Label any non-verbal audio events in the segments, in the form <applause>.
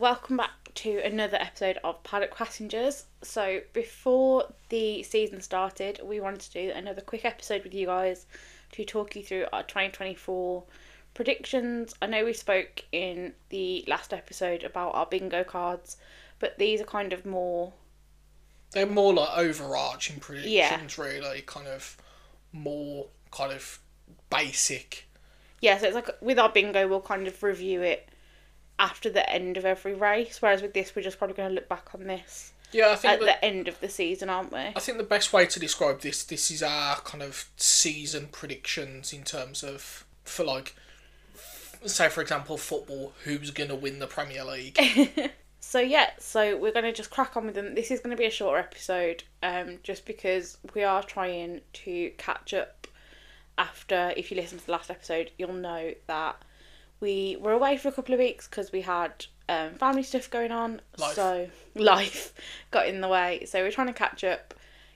Welcome back to another episode of Paddock Passengers. So, before the season started, we wanted to do another quick episode with you guys to talk you through our 2024 predictions. I know we spoke in the last episode about our bingo cards, but these are kind of more They're more like overarching predictions, Yeah. really, kind of more kind of basic. yeah, so it's like with our bingo, we'll kind of review it after the end of every race, whereas with this, we're just probably going to look back on this Yeah, I think at that, the end of the season, aren't we? I think the best way to describe this this is our kind of season predictions in terms of for like say for example football who's going to win the <laughs> Premier League. So yeah, so we're gonna just crack on with them. This is gonna be a shorter episode, um, just because we are trying to catch up after. If you listen to the last episode, you'll know that we were away for a couple of weeks because we had um, family stuff going on. Life. So <laughs> life got in the way. So we're trying to catch up,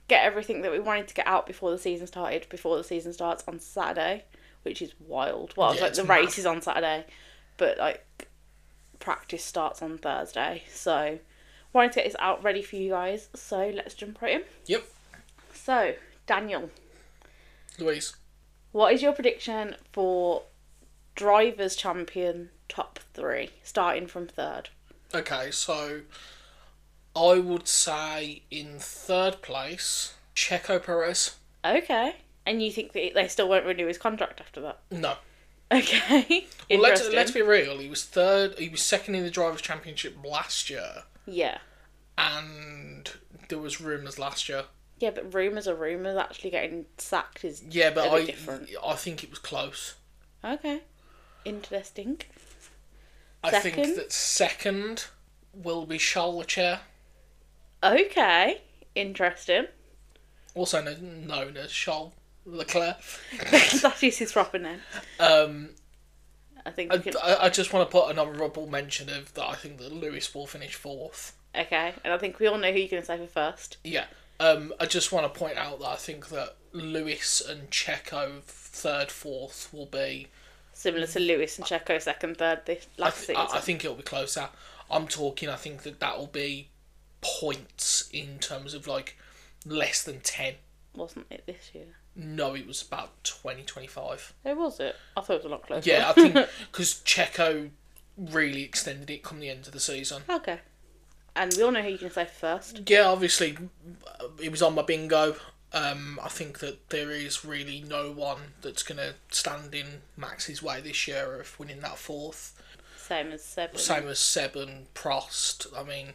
get everything that we wanted to get out before the season started. Before the season starts on Saturday, which is wild. Well, it's Yeah, like it's the mad. race is on Saturday, but like practice starts on Thursday. So wanted to get this out ready for you guys. So let's jump right in. yep, So Daniel, Louise. what is your prediction for drivers' champion top three, starting from third? Okay, so I would say in third place Checo Perez. Okay. And you think that they still won't renew his contract after that? <laughs> No, Okay. Well, let's, Interesting. let's be real. He was third. He was second in the drivers' championship last year, Yeah. and there was rumours last year. Yeah, but rumours are rumours. Actually getting sacked is. Yeah, but They're a I bit different. I think it was close. Okay. Interesting. I think Second? that second will be Charles Leclerc, Okay. Interesting. <laughs> also known, known as Charles Leclerc. that is his proper name. Um, I think. I, we can... I- I just want to put an honourable mention of that. I think that Lewis will finish fourth. Okay, and I think we all know who you're going to say for first. Yeah. Um, I just want to point out that I think that Lewis and Checo third, fourth will be Similar to Lewis and Checo, second, third this I, last th- I, I season. think it'll be closer. I'm talking. I think that that will be points in terms of like less than ten. Wasn't it this year? No, it was about 20, 25. There was it. I thought it was a lot closer. Yeah, I think because Checo really extended it come the end of the season. okay. And we all know who you're going to say for first. Yeah, obviously uh, it was on my bingo. Um, I think that there is really no one that's gonna stand in Max's way this year of winning that fourth. Same as Seb. Same as Seb and Prost. I mean,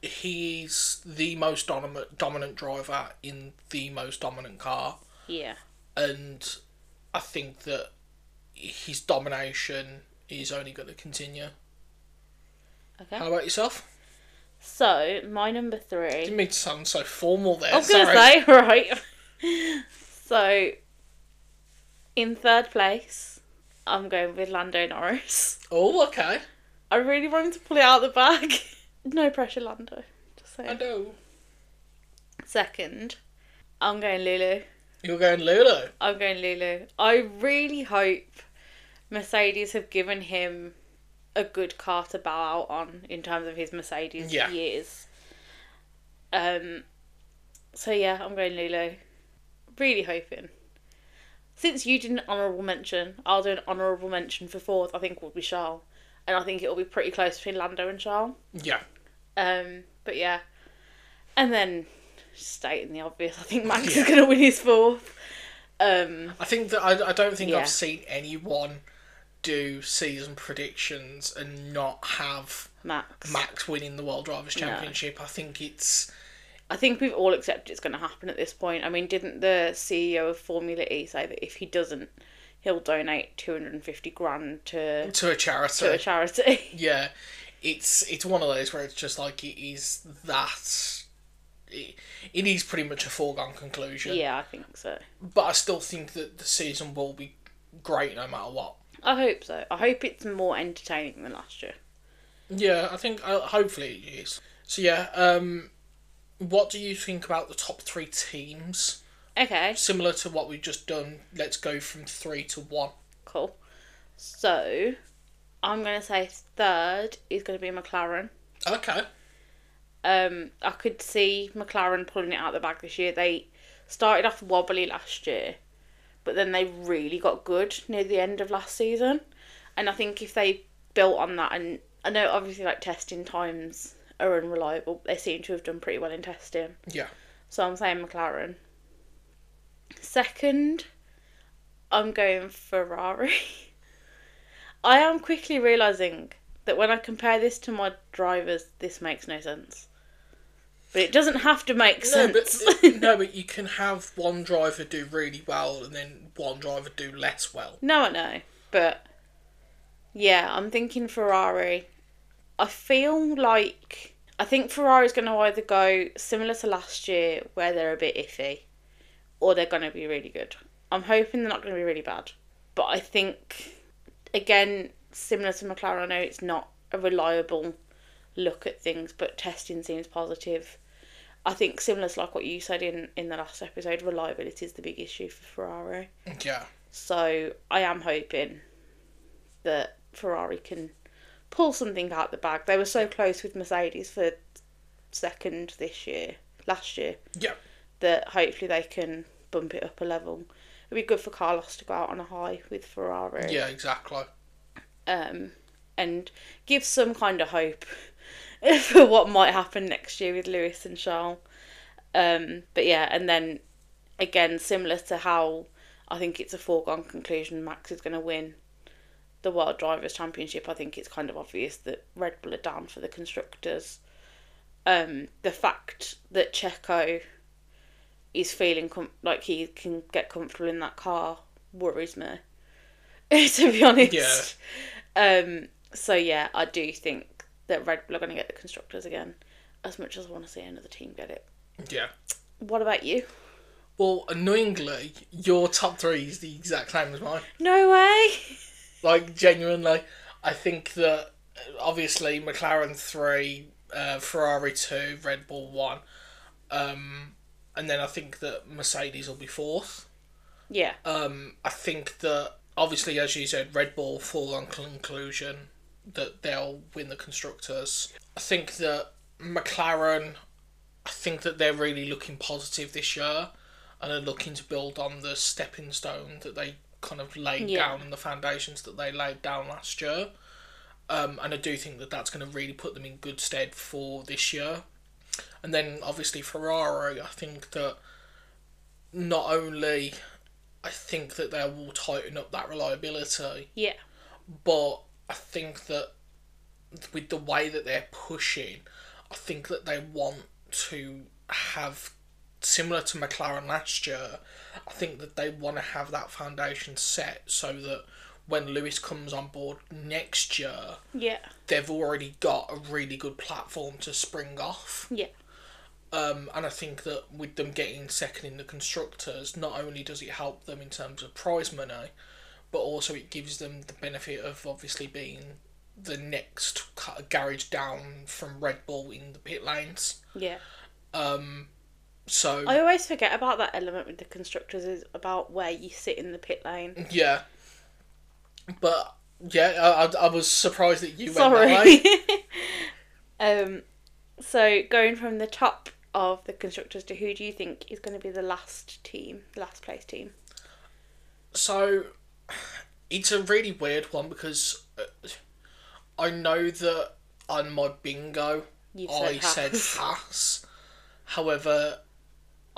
he's the most dominant dominant driver in the most dominant car, Yeah. and I think that his domination is only going to continue. Okay. How about yourself? So, my number three. Didn't mean to sound so formal there. I was going to sorry. say, <laughs> right. so, in third place, I'm going with Lando Norris. Oh, okay. I really wanted to pull it out of the bag. <laughs> no pressure, Lando. Just I saying. know. Second, I'm going Lulu. You're going Lulu. I'm going Lulu. I really hope Mercedes have given him a good car to bow out on in terms of his Mercedes Yeah. years. Um, so yeah, I'm going Lulu. Really hoping. Since you did an honourable mention, I'll do an honourable mention for fourth. I think will be Charles, and I think it will be pretty close between Lando and Charles. Yeah. Um, but yeah, and then stating the obvious, I think Max Yeah. is going to win his fourth. Um, I think that I, I don't think Yeah. I've seen anyone do season predictions and not have Max. Max winning the World Drivers Championship. I think it's I think we've all accepted it's going to happen at this point. I mean, didn't the CEO of Formula E say that if he doesn't, he'll donate 250 grand to, to a charity. to a charity? <laughs> yeah, it's it's one of those where it's just like it is that. It, it is pretty much a foregone conclusion. yeah, I think so. But I still think that the season will be great no matter what. I hope so. I hope it's more entertaining than last year. Yeah, I think uh, hopefully it is. So yeah, um, what do you think about the top three teams? Okay, Similar to what we've just done, let's go from three to one. cool. So, I'm going to say third is going to be McLaren. Okay. Um, I could see McLaren pulling it out the bag this year. They started off wobbly last year, but then they really got good near the end of last season. And I think if they built on that, and I know obviously like testing times are unreliable, but they seem to have done pretty well in testing. Yeah. So I'm saying McLaren. Second, I'm going Ferrari. <laughs> I am quickly realizing that when I compare this to my drivers, this makes no sense. But it doesn't have to make No, sense. but <laughs> no, but you can have one driver do really well and then one driver do less well. No, I know, but yeah, I'm thinking Ferrari. I feel like I think Ferrari's going to either go similar to last year, where they're a bit iffy, or they're going to be really good. I'm hoping they're not going to be really bad, but I think again, similar to McLaren, I know it's not a reliable look at things, but testing seems positive. I think similar to like what you said in in the last episode, reliability is the big issue for Ferrari. Yeah. So I am hoping that Ferrari can pull something out the bag. They were so close with Mercedes for second this year, last year, Yeah. that hopefully they can bump it up a level. It'd be good for Carlos to go out on a high with Ferrari. Yeah, exactly. Um, and give some kind of hope <laughs> for what might happen next year with Lewis and Charles. Um, but yeah, and then again, similar to how I think it's a foregone conclusion Max is going to win the World Drivers' Championship, I think it's kind of obvious that Red Bull are down for the constructors. Um, the fact that Checo is feeling com- like he can get comfortable in that car worries me, <laughs> to be honest. Yeah. Um, so yeah, I do think that Red Bull are going to get the constructors again, as much as I want to see another team get it. Yeah. What about you? Well, annoyingly, your top three is the exact same as mine. No way. Like, genuinely, I think that uh, obviously McLaren 3, uh, Ferrari 2, Red Bull 1. Um, and then I think that Mercedes will be fourth. Yeah. Um, I think that, obviously, as you said, Red Bull fall on conclusion that they'll win the constructors. I think that McLaren, I think that they're really looking positive this year and are looking to build on the stepping stone that they kind of laid Yeah. down and the foundations that they laid down last year. Um, and I do think that that's going to really put them in good stead for this year. And then obviously Ferrari, I think that not only I think that they will tighten up that reliability, Yeah. but I think that with the way that they're pushing, I think that they want to have similar to McLaren last year. I think that they want to have that foundation set so that when Lewis comes on board next year, Yeah. they've already got a really good platform to spring off. Yeah. Um, and I think that with them getting second in the constructors, not only does it help them in terms of prize money, but also it gives them the benefit of obviously being the next ca- garage down from Red Bull in the pit lanes. Yeah. So I always forget about that element with the constructors is about where you sit in the pit lane. yeah, but yeah, I, I, I was surprised that you went that way. Sorry. <laughs> um, so going from the top of the constructors to who do you think is going to be the last team, the last place team? So it's a really weird one because uh, I know that on my bingo You said I Haas. said Haas. However,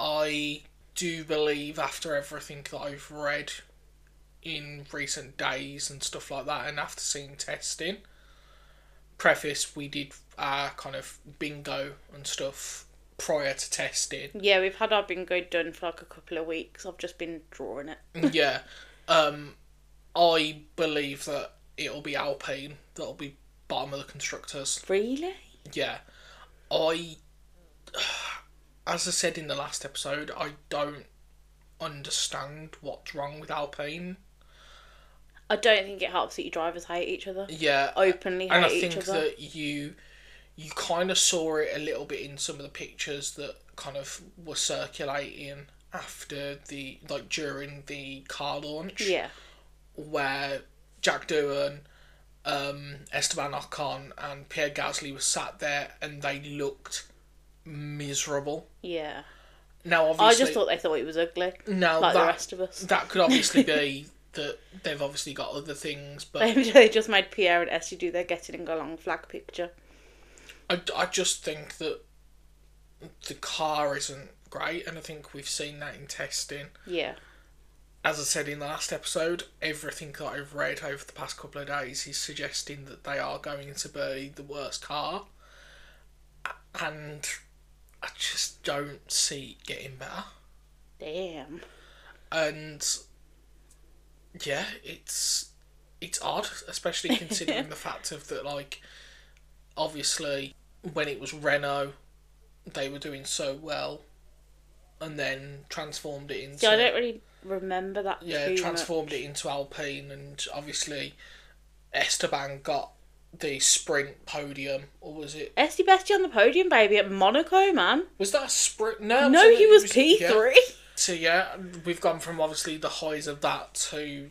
I do believe after everything that I've read in recent days and stuff like that, and after seeing testing, preface we did our kind of bingo and stuff prior to testing. Yeah, we've had our bingo done for like a couple of weeks. I've just been drawing it. yeah. Um, I believe that it'll be Alpine that'll be bottom of the constructors. Really? Yeah. I, <sighs> as I said in the last episode, I don't understand what's wrong with Alpine. I don't think it helps that your drivers hate each other. Yeah. Openly and I hate think each other. that you you kind of saw it a little bit in some of the pictures that kind of were circulating after the like during the car launch Yeah. where Jack Doohan, um, Esteban Ocon and Pierre Gasly were sat there and they looked miserable. Yeah. Now, I obviously, just thought they thought it was ugly, now like that, the rest of us. <laughs> that could obviously be <laughs> that they've obviously got other things, but Maybe they just made Pierre and Esty do their getting and go along flag picture. I, I just think that the car isn't great, and I think we've seen that in testing. Yeah. As I said in the last episode, everything that I've read over the past couple of days is suggesting that they are going to be the worst car, and I just don't see it getting better. Damn. and yeah, it's it's odd, <laughs> especially considering the fact of that like obviously when it was Renault, they were doing so well, and then transformed it into Yeah, I don't really remember that. yeah too transformed it into Alpine, and obviously Esteban got the sprint podium, or was it Much. Esty Bestie on the podium, baby, at Monaco, man. was that a sprint? No, No, so he it was P yeah. three. So yeah, we've gone from obviously the highs of that to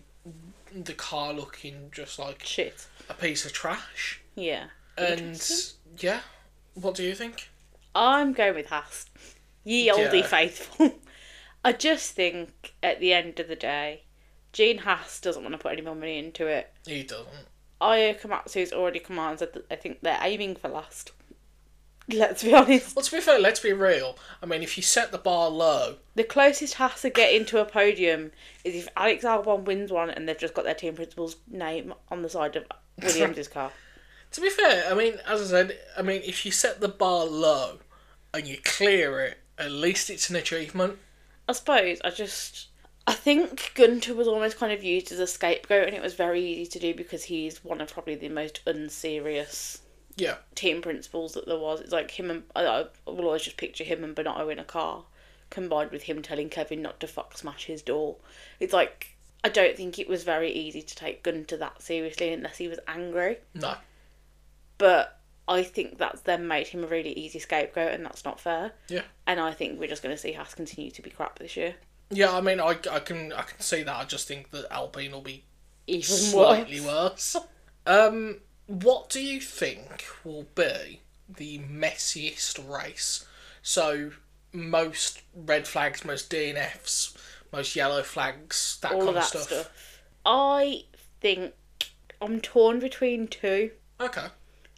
the car looking just <laughs> like Shit. a piece of trash. Yeah. And yeah, what do you think? I'm going with Haas. Ye olde Yeah. faithful. <laughs> I just think at the end of the day, Gene Haas doesn't want to put any more money into it. He doesn't. Aya Komatsu's already come out and said that I think they're aiming for last. <laughs> Let's be honest. Well, to be fair, let's be real. I mean, if you set the bar low, The closest Haas are getting to a podium is if Alex Albon wins one and they've just got their team principal's name on the side of Williams' car. to be fair, I mean, as I said, I mean, if you set the bar low and you clear it, at least it's an achievement. <laughs> I suppose I just I think Gunter was almost kind of used as a scapegoat, and it was very easy to do because he's one of probably the most unserious Yeah, team principals that there was. It's like him and I, I will always just picture him and Bonato in a car, combined with him telling Kevin not to fuck smash his door. It's like I don't think it was very easy to take Gunter that seriously unless he was angry. no. But I think that's then made him a really easy scapegoat, and that's not fair. Yeah. And I think we're just going to see Haas continue to be crap this year. Yeah, I mean, I, I can I can see that. I just think that Alpine will be Even slightly worse. Um, what do you think will be the messiest race? So most red flags, most DNFs, most yellow flags, that all kind of of that stuff. stuff. I think I'm torn between two, Okay,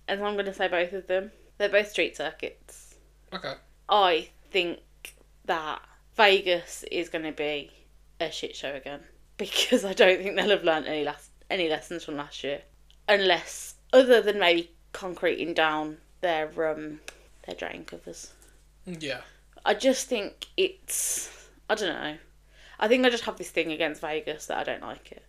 and I'm going to say both of them. They're both street circuits. okay, I think that Vegas is going to be a shit show again <laughs> because I don't think they'll have learned any less any lessons from last year, unless other than maybe concreting down their um their drain covers. yeah, I just think it's I don't know. I think I just have this thing against Vegas that I don't like it.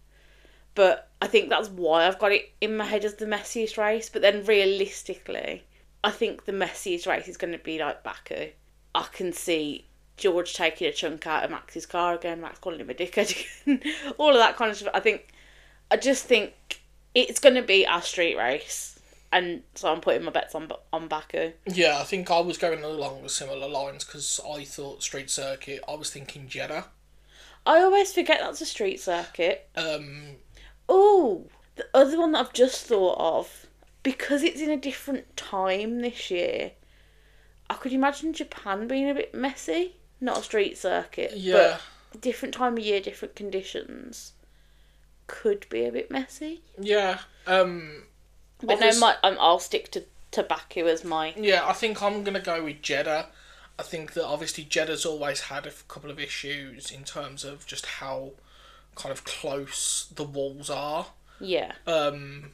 But I think that's why I've got it in my head as the messiest race. But then realistically, I think the messiest race is going to be like Baku. I can see George taking a chunk out of Max's car again, Max calling him a dickhead <laughs> again, all of that kind of stuff. I think, I just think it's going to be our street race. And so I'm putting my bets on on Baku. yeah. I think I was going along with similar lines because I thought street circuit. I was thinking Jeddah. I always forget that's a street circuit. Um, Oh, the other one that I've just thought of, because it's in a different time this year, I could imagine Japan being a bit messy. Not a street circuit, yeah, but different time of year, different conditions could be a bit messy. yeah. Um, But Obvious- no, my, um, I'll stick to tobacco as my. Yeah, I think I'm gonna go with Jeddah. I think that obviously Jeddah's always had a couple of issues in terms of just how kind of close the walls are. Yeah. Um,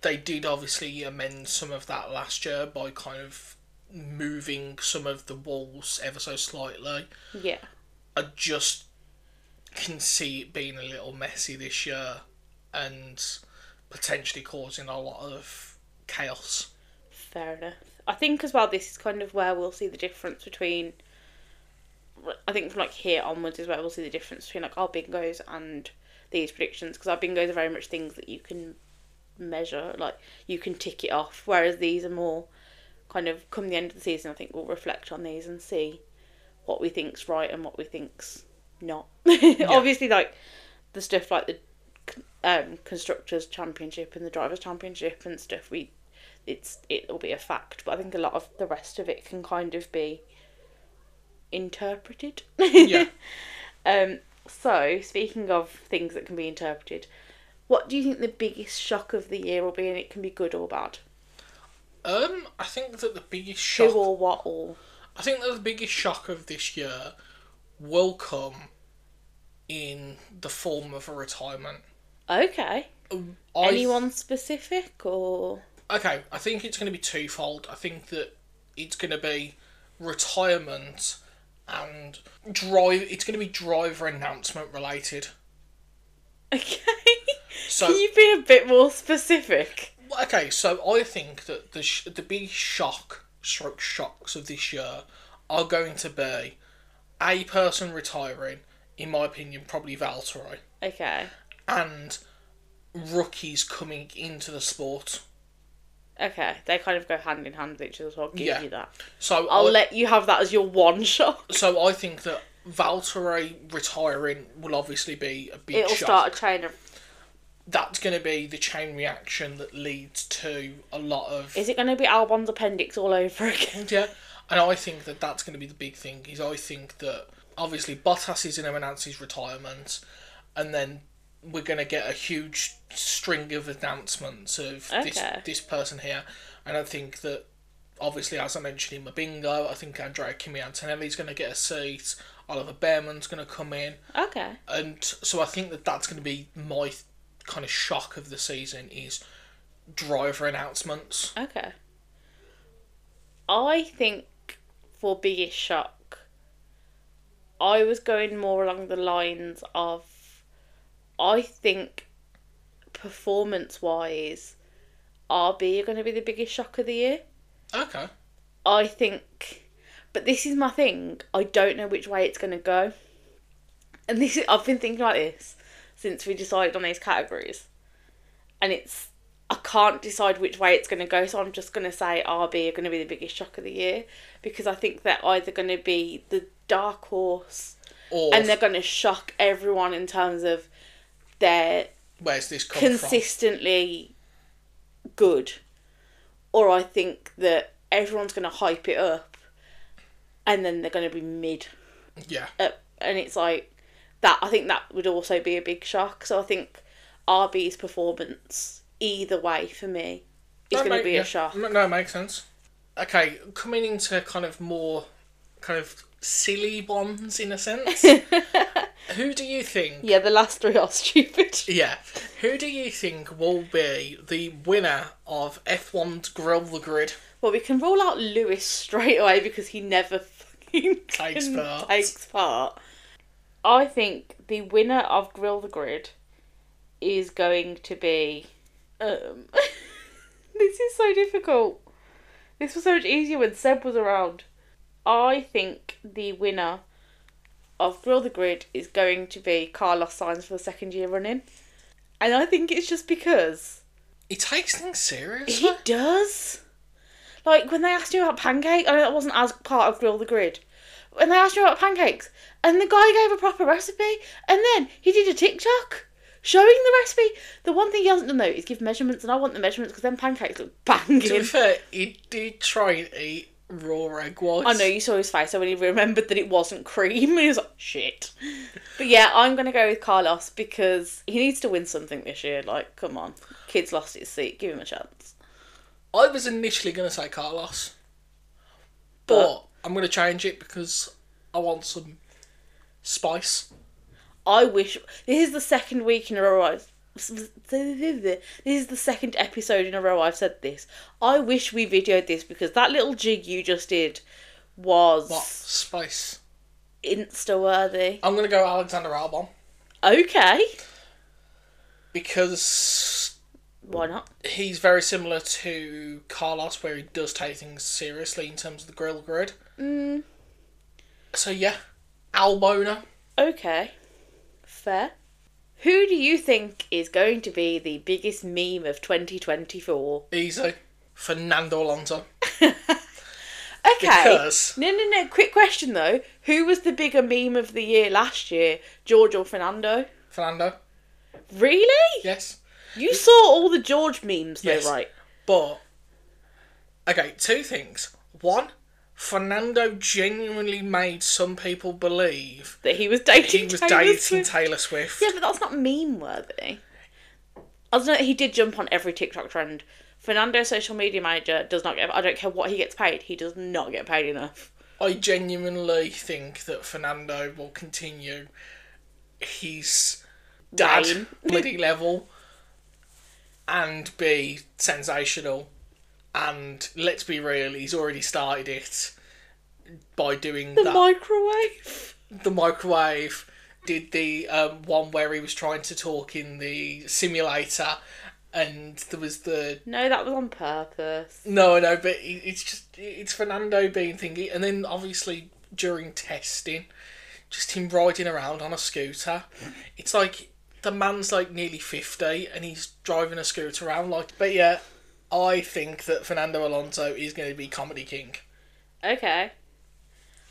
they did obviously amend some of that last year by kind of moving some of the walls ever so slightly. Yeah. I just can see it being a little messy this year and potentially causing a lot of chaos. Fair enough. I think as well, this is kind of where we'll see the difference between. I think from like here onwards is where we'll see the difference between like our bingos and these predictions because our bingos are very much things that you can measure, like you can tick it off, whereas these are more kind of come the end of the season. I think we'll reflect on these and see what we think's <laughs> right and what we think's not. Obviously, like the stuff like the um, constructors championship and the drivers championship and stuff, we it's it'll be a fact. But I think a lot of the rest of it can kind of be interpreted. Yeah. <laughs> um. So speaking of things that can be interpreted, what do you think the biggest shock of the year will be? And it can be good or bad. Um, I think that the biggest Who shock. or what or I think that the biggest shock of this year will come in the form of a retirement. okay. Um, I- Anyone specific or <laughs> Okay, I think it's going to be twofold. I think that it's going to be retirement and drive. It's going to be driver announcement related. okay? So Can you be a bit more specific? Okay, so I think that the sh- the big shock, stroke shocks of this year are going to be a person retiring, in my opinion, probably Valtteri, Okay. and rookies coming into the sport. Okay, they kind of go hand in hand with each other, so I'll give Yeah. you that. So I'll I, let you have that as your one <laughs> shot. so I think that Valtteri retiring will obviously be a big It'll shock. start a chain of. That's going to be the chain reaction that leads to a lot of Is it going to be Albon's appendix all over again? <laughs> Yeah, and I think that that's going to be the big thing. Is I think that obviously Bottas is going to announce his retirement, and then we're going to get a huge string of announcements of this Okay. this person here, and I think that obviously as I mentioned in my bingo, I think Andrea Kimi Antonelli's going to get a seat. Oliver Behrman's going to come in, Okay. and so I think that that's going to be my th- kind of shock of the season is driver announcements. Okay. I think for biggest shock, I was going more along the lines of, I think, performance wise, RB are going to be the biggest shock of the year. Okay. I think, but this is my thing. I don't know which way it's going to go, and this is, I've been thinking about this since we decided on these categories, and it's I can't decide which way it's going to go. So I'm just going to say RB are going to be the biggest shock of the year because I think they're either going to be the dark horse Or and they're going to shock everyone in terms of their where's this come from? consistently good, or I think that everyone's going to hype it up, and then they're going to be mid, Yeah. up, and it's like that. I think that would also be a big shock. So I think RB's performance, either way, for me, is No, going to mate, be yeah. a shock. No, no, it makes sense. Okay, coming into kind of more kind of silly ones in <laughs> a sense. who do you think? Yeah, the last three are <laughs> stupid. Yeah, who do you think will be the winner of F1's Grill the Grid? Well, we can rule out Lewis straight away because he never fucking <laughs> Takes can- part. takes part. I think the winner of Grill the Grid is going to be. Um, <laughs> this is so difficult. This was so much easier when Seb was around. I think the winner of Grill the Grid is going to be Carlos Sainz for the second year running. And I think it's just because He takes things seriously. he does. Like when they asked you about pancake, I know that wasn't as part of Grill the Grid. When they asked you about pancakes, and the guy gave a proper recipe, and then he did a TikTok showing the recipe. The one thing he hasn't done though is give measurements, and I want the measurements because then pancakes look to be banging. fair, he did try and eat raw egg whites. I know you saw his face so when he remembered that it wasn't cream, <laughs> he was like, shit. But yeah, I'm gonna go with Carlos because he needs to win something this year. Like, come on, kid's lost his seat, give him a chance. I was initially going to say Carlos, but, But- I'm going to change it because I want some spice. I wish this is the second week in a row. I've, this is the second episode in a row I've said this. I wish we videoed this because that little jig you just did was What spice? insta worthy. I'm gonna go Alexander Albon Okay, because why not? he's very similar to Carlos, where he does take things seriously in terms of the grill grid. Mm. So yeah, Albona. Okay, fair. Who do you think is going to be the biggest meme of 2024? easy. Fernando Alonso. Okay. Because- No, no, no. Quick question though. Who was the bigger meme of the year last year? George or Fernando? Fernando. Really? Yes. You saw all the George memes, though, Yes. right? But okay, two things. One, Fernando genuinely made some people believe That he was he dating. was Taylor dating Swift. Taylor <laughs> Swift. Yeah, but that's not meme worthy. I don't know. He did jump on every TikTok trend. Fernando, social media manager, does not get. I don't care what he gets paid. He does not get paid enough. I genuinely think that Fernando will continue his dad Reign. bloody level and be sensational. And let's be real, he's already started it by doing The <laughs> that. microwave. the microwave. Did the um, one where he was trying to talk in the simulator, and there was the No, that was on purpose. no, no, but it- it's just it's Fernando being thingy, and then obviously during testing, just him riding around on a scooter. It's like the man's like nearly fifty, and he's driving a scooter around. Like, but yeah, I think that Fernando Alonso is going to be comedy king. Okay.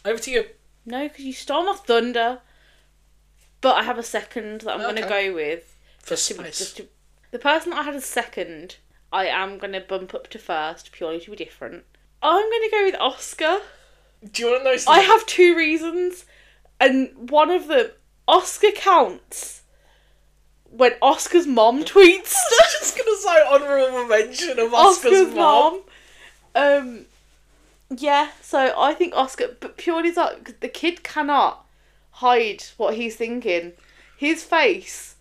Over to you. No, because you stole my thunder. But I have a second that I'm going to Okay. go with. To- For space. just to- the person that I had as second, I am going to bump up to first purely to be different. I'm going to go with Oscar. Do you want to know? Something? I have two reasons, and one of them, Oscar counts when Oscar's <laughs> mom tweets. <laughs> I was just gonna say honourable mention of Oscar's, Oscar's mom. mom. Um, yeah, so I think Oscar, but purely that 'cause the kid cannot hide what he's thinking. His face,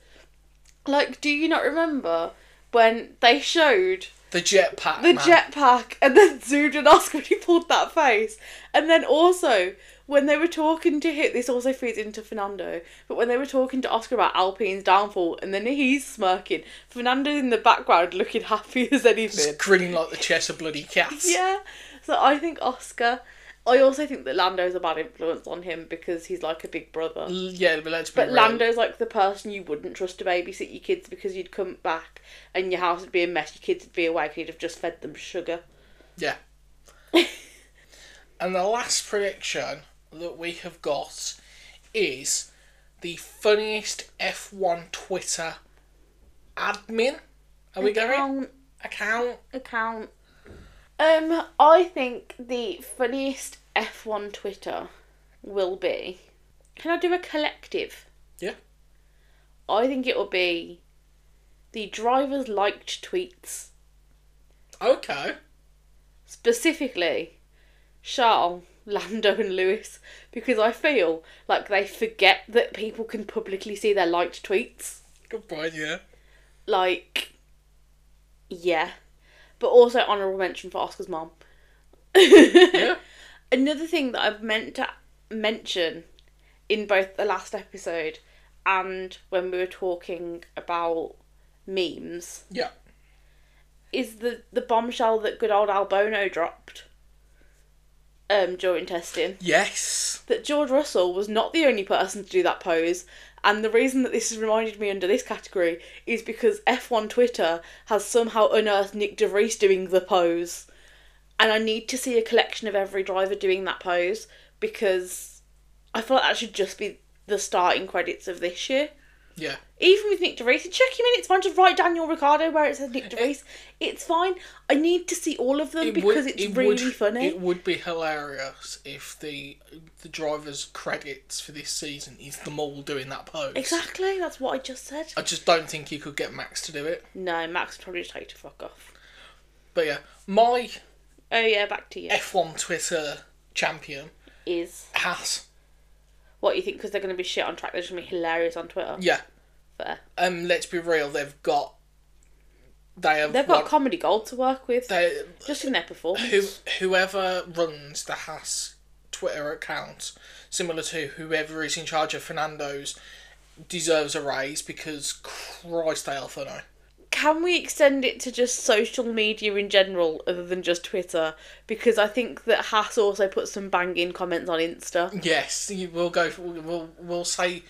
like, do you not remember when they showed The jetpack. the man. jetpack and then <laughs> zoomed in Oscar when he pulled that face. And then also when they were talking to him this also feeds into Fernando, but when they were talking to Oscar about Alpine's downfall and then he's smirking, Fernando in the background looking <laughs> happy as anything. <laughs> Just grinning like the chest of bloody cats. Yeah. So I think Oscar I also think that Lando's a bad influence on him because he's like a big brother. L- yeah, but let's be But real. Lando's like the person you wouldn't trust to babysit your kids because you'd come back and your house would be a mess, your kids would be awake, and you'd have just fed them sugar. Yeah. <laughs> and the last prediction that we have got is the funniest F1 Twitter admin. Are we going? Count, Account. account. Um, I think the funniest F1 Twitter will be. Can I do a collective? Yeah. I think it will be the drivers liked tweets. Okay. Specifically, Charles, <laughs> Lando, and Lewis, because I feel like they forget that people can publicly see their liked tweets. Good point, yeah. Like, yeah. But also, honourable mention for Oscar's mom. <laughs> Yeah. another thing that I've meant to mention in both the last episode and when we were talking about memes yeah. is the the bombshell that good old Albono dropped um during testing Yes. that George Russell was not the only person to do that pose and the reason that this has reminded me under this category is because F1 Twitter has somehow unearthed Nick De Vries doing the pose and I need to see a collection of every driver doing that pose because I feel like that should just be the starting credits of this year. Yeah. Even with Nick DeVries, check him in. It's fine. Just write Daniel Ricciardo where it says Eh. Nick DeVries. It's fine. I need to see all of them because it's really funny. It would be hilarious if the the driver's credits for this season is them all doing that pose. exactly. That's what I just said. I just don't think you could get Max to do it. No, Max would probably just take to fuck off. But yeah, my Oh yeah, back to you. F1 Twitter champion Is has what you think? Because they're going to be shit on track. They're just going to be hilarious on Twitter. yeah. Fair. Um, let's be real. They've got they have They've got one- comedy gold to work with. they, just in their performance. who whoever runs the Haas Twitter account, similar to whoever is in charge of Fernando's, deserves a raise because Christ, they are funny. can we extend it to just social media in general other than just Twitter? Because I think that Hass also put some banging comments on Insta. Yes, you- we'll go. for- We'll we'll say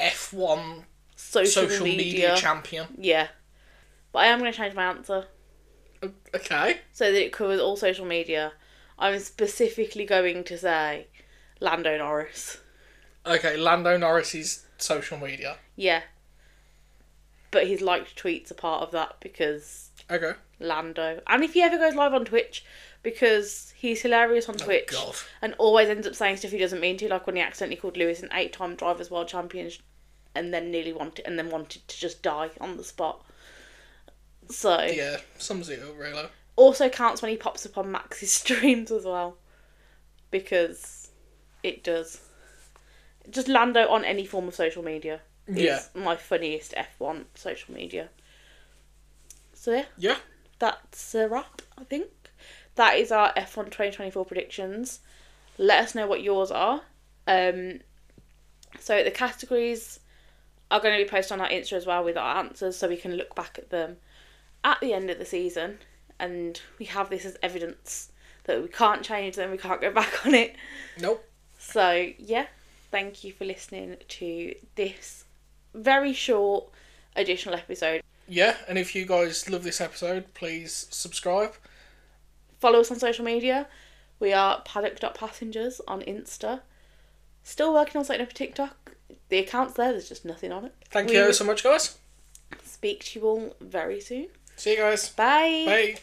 F1 Social, social media, media. champion. yeah. But I am going to change my answer O- Okay. so that it covers all social media. I'm specifically going to say Lando Norris. Okay. Lando Norris's social media. Yeah. but his liked tweets are part of that because Okay. Lando. And if he ever goes live on Twitch, because he's hilarious on Twitch Oh, God. and always ends up saying stuff he doesn't mean to, like when he accidentally called Lewis an eight-time drivers' world champion, and then nearly wanted and then wanted to just die on the spot. So Yeah, sums it up really. also counts when he pops up on Max's <laughs> streams as well, because it does. Just Lando on any form of social media is Yeah. my funniest F1 social media. So yeah Yeah. that's a wrap, I think. That is our F1 2024 predictions. Let us know what yours are. Um, so the categories are going to be posted on our Insta as well with our answers so we can look back at them at the end of the season and we have this as evidence that we can't change them, we can't go back on it. Nope. So, yeah, thank you for listening to this very short additional episode. Yeah, and if you guys love this episode, please subscribe. follow us on social media. We are paddock.passengers on Insta. Still working on setting up a TikTok. The account's there, there's just nothing on it. Thank We you will so much, guys. Speak to you all very soon. See you guys. Bye.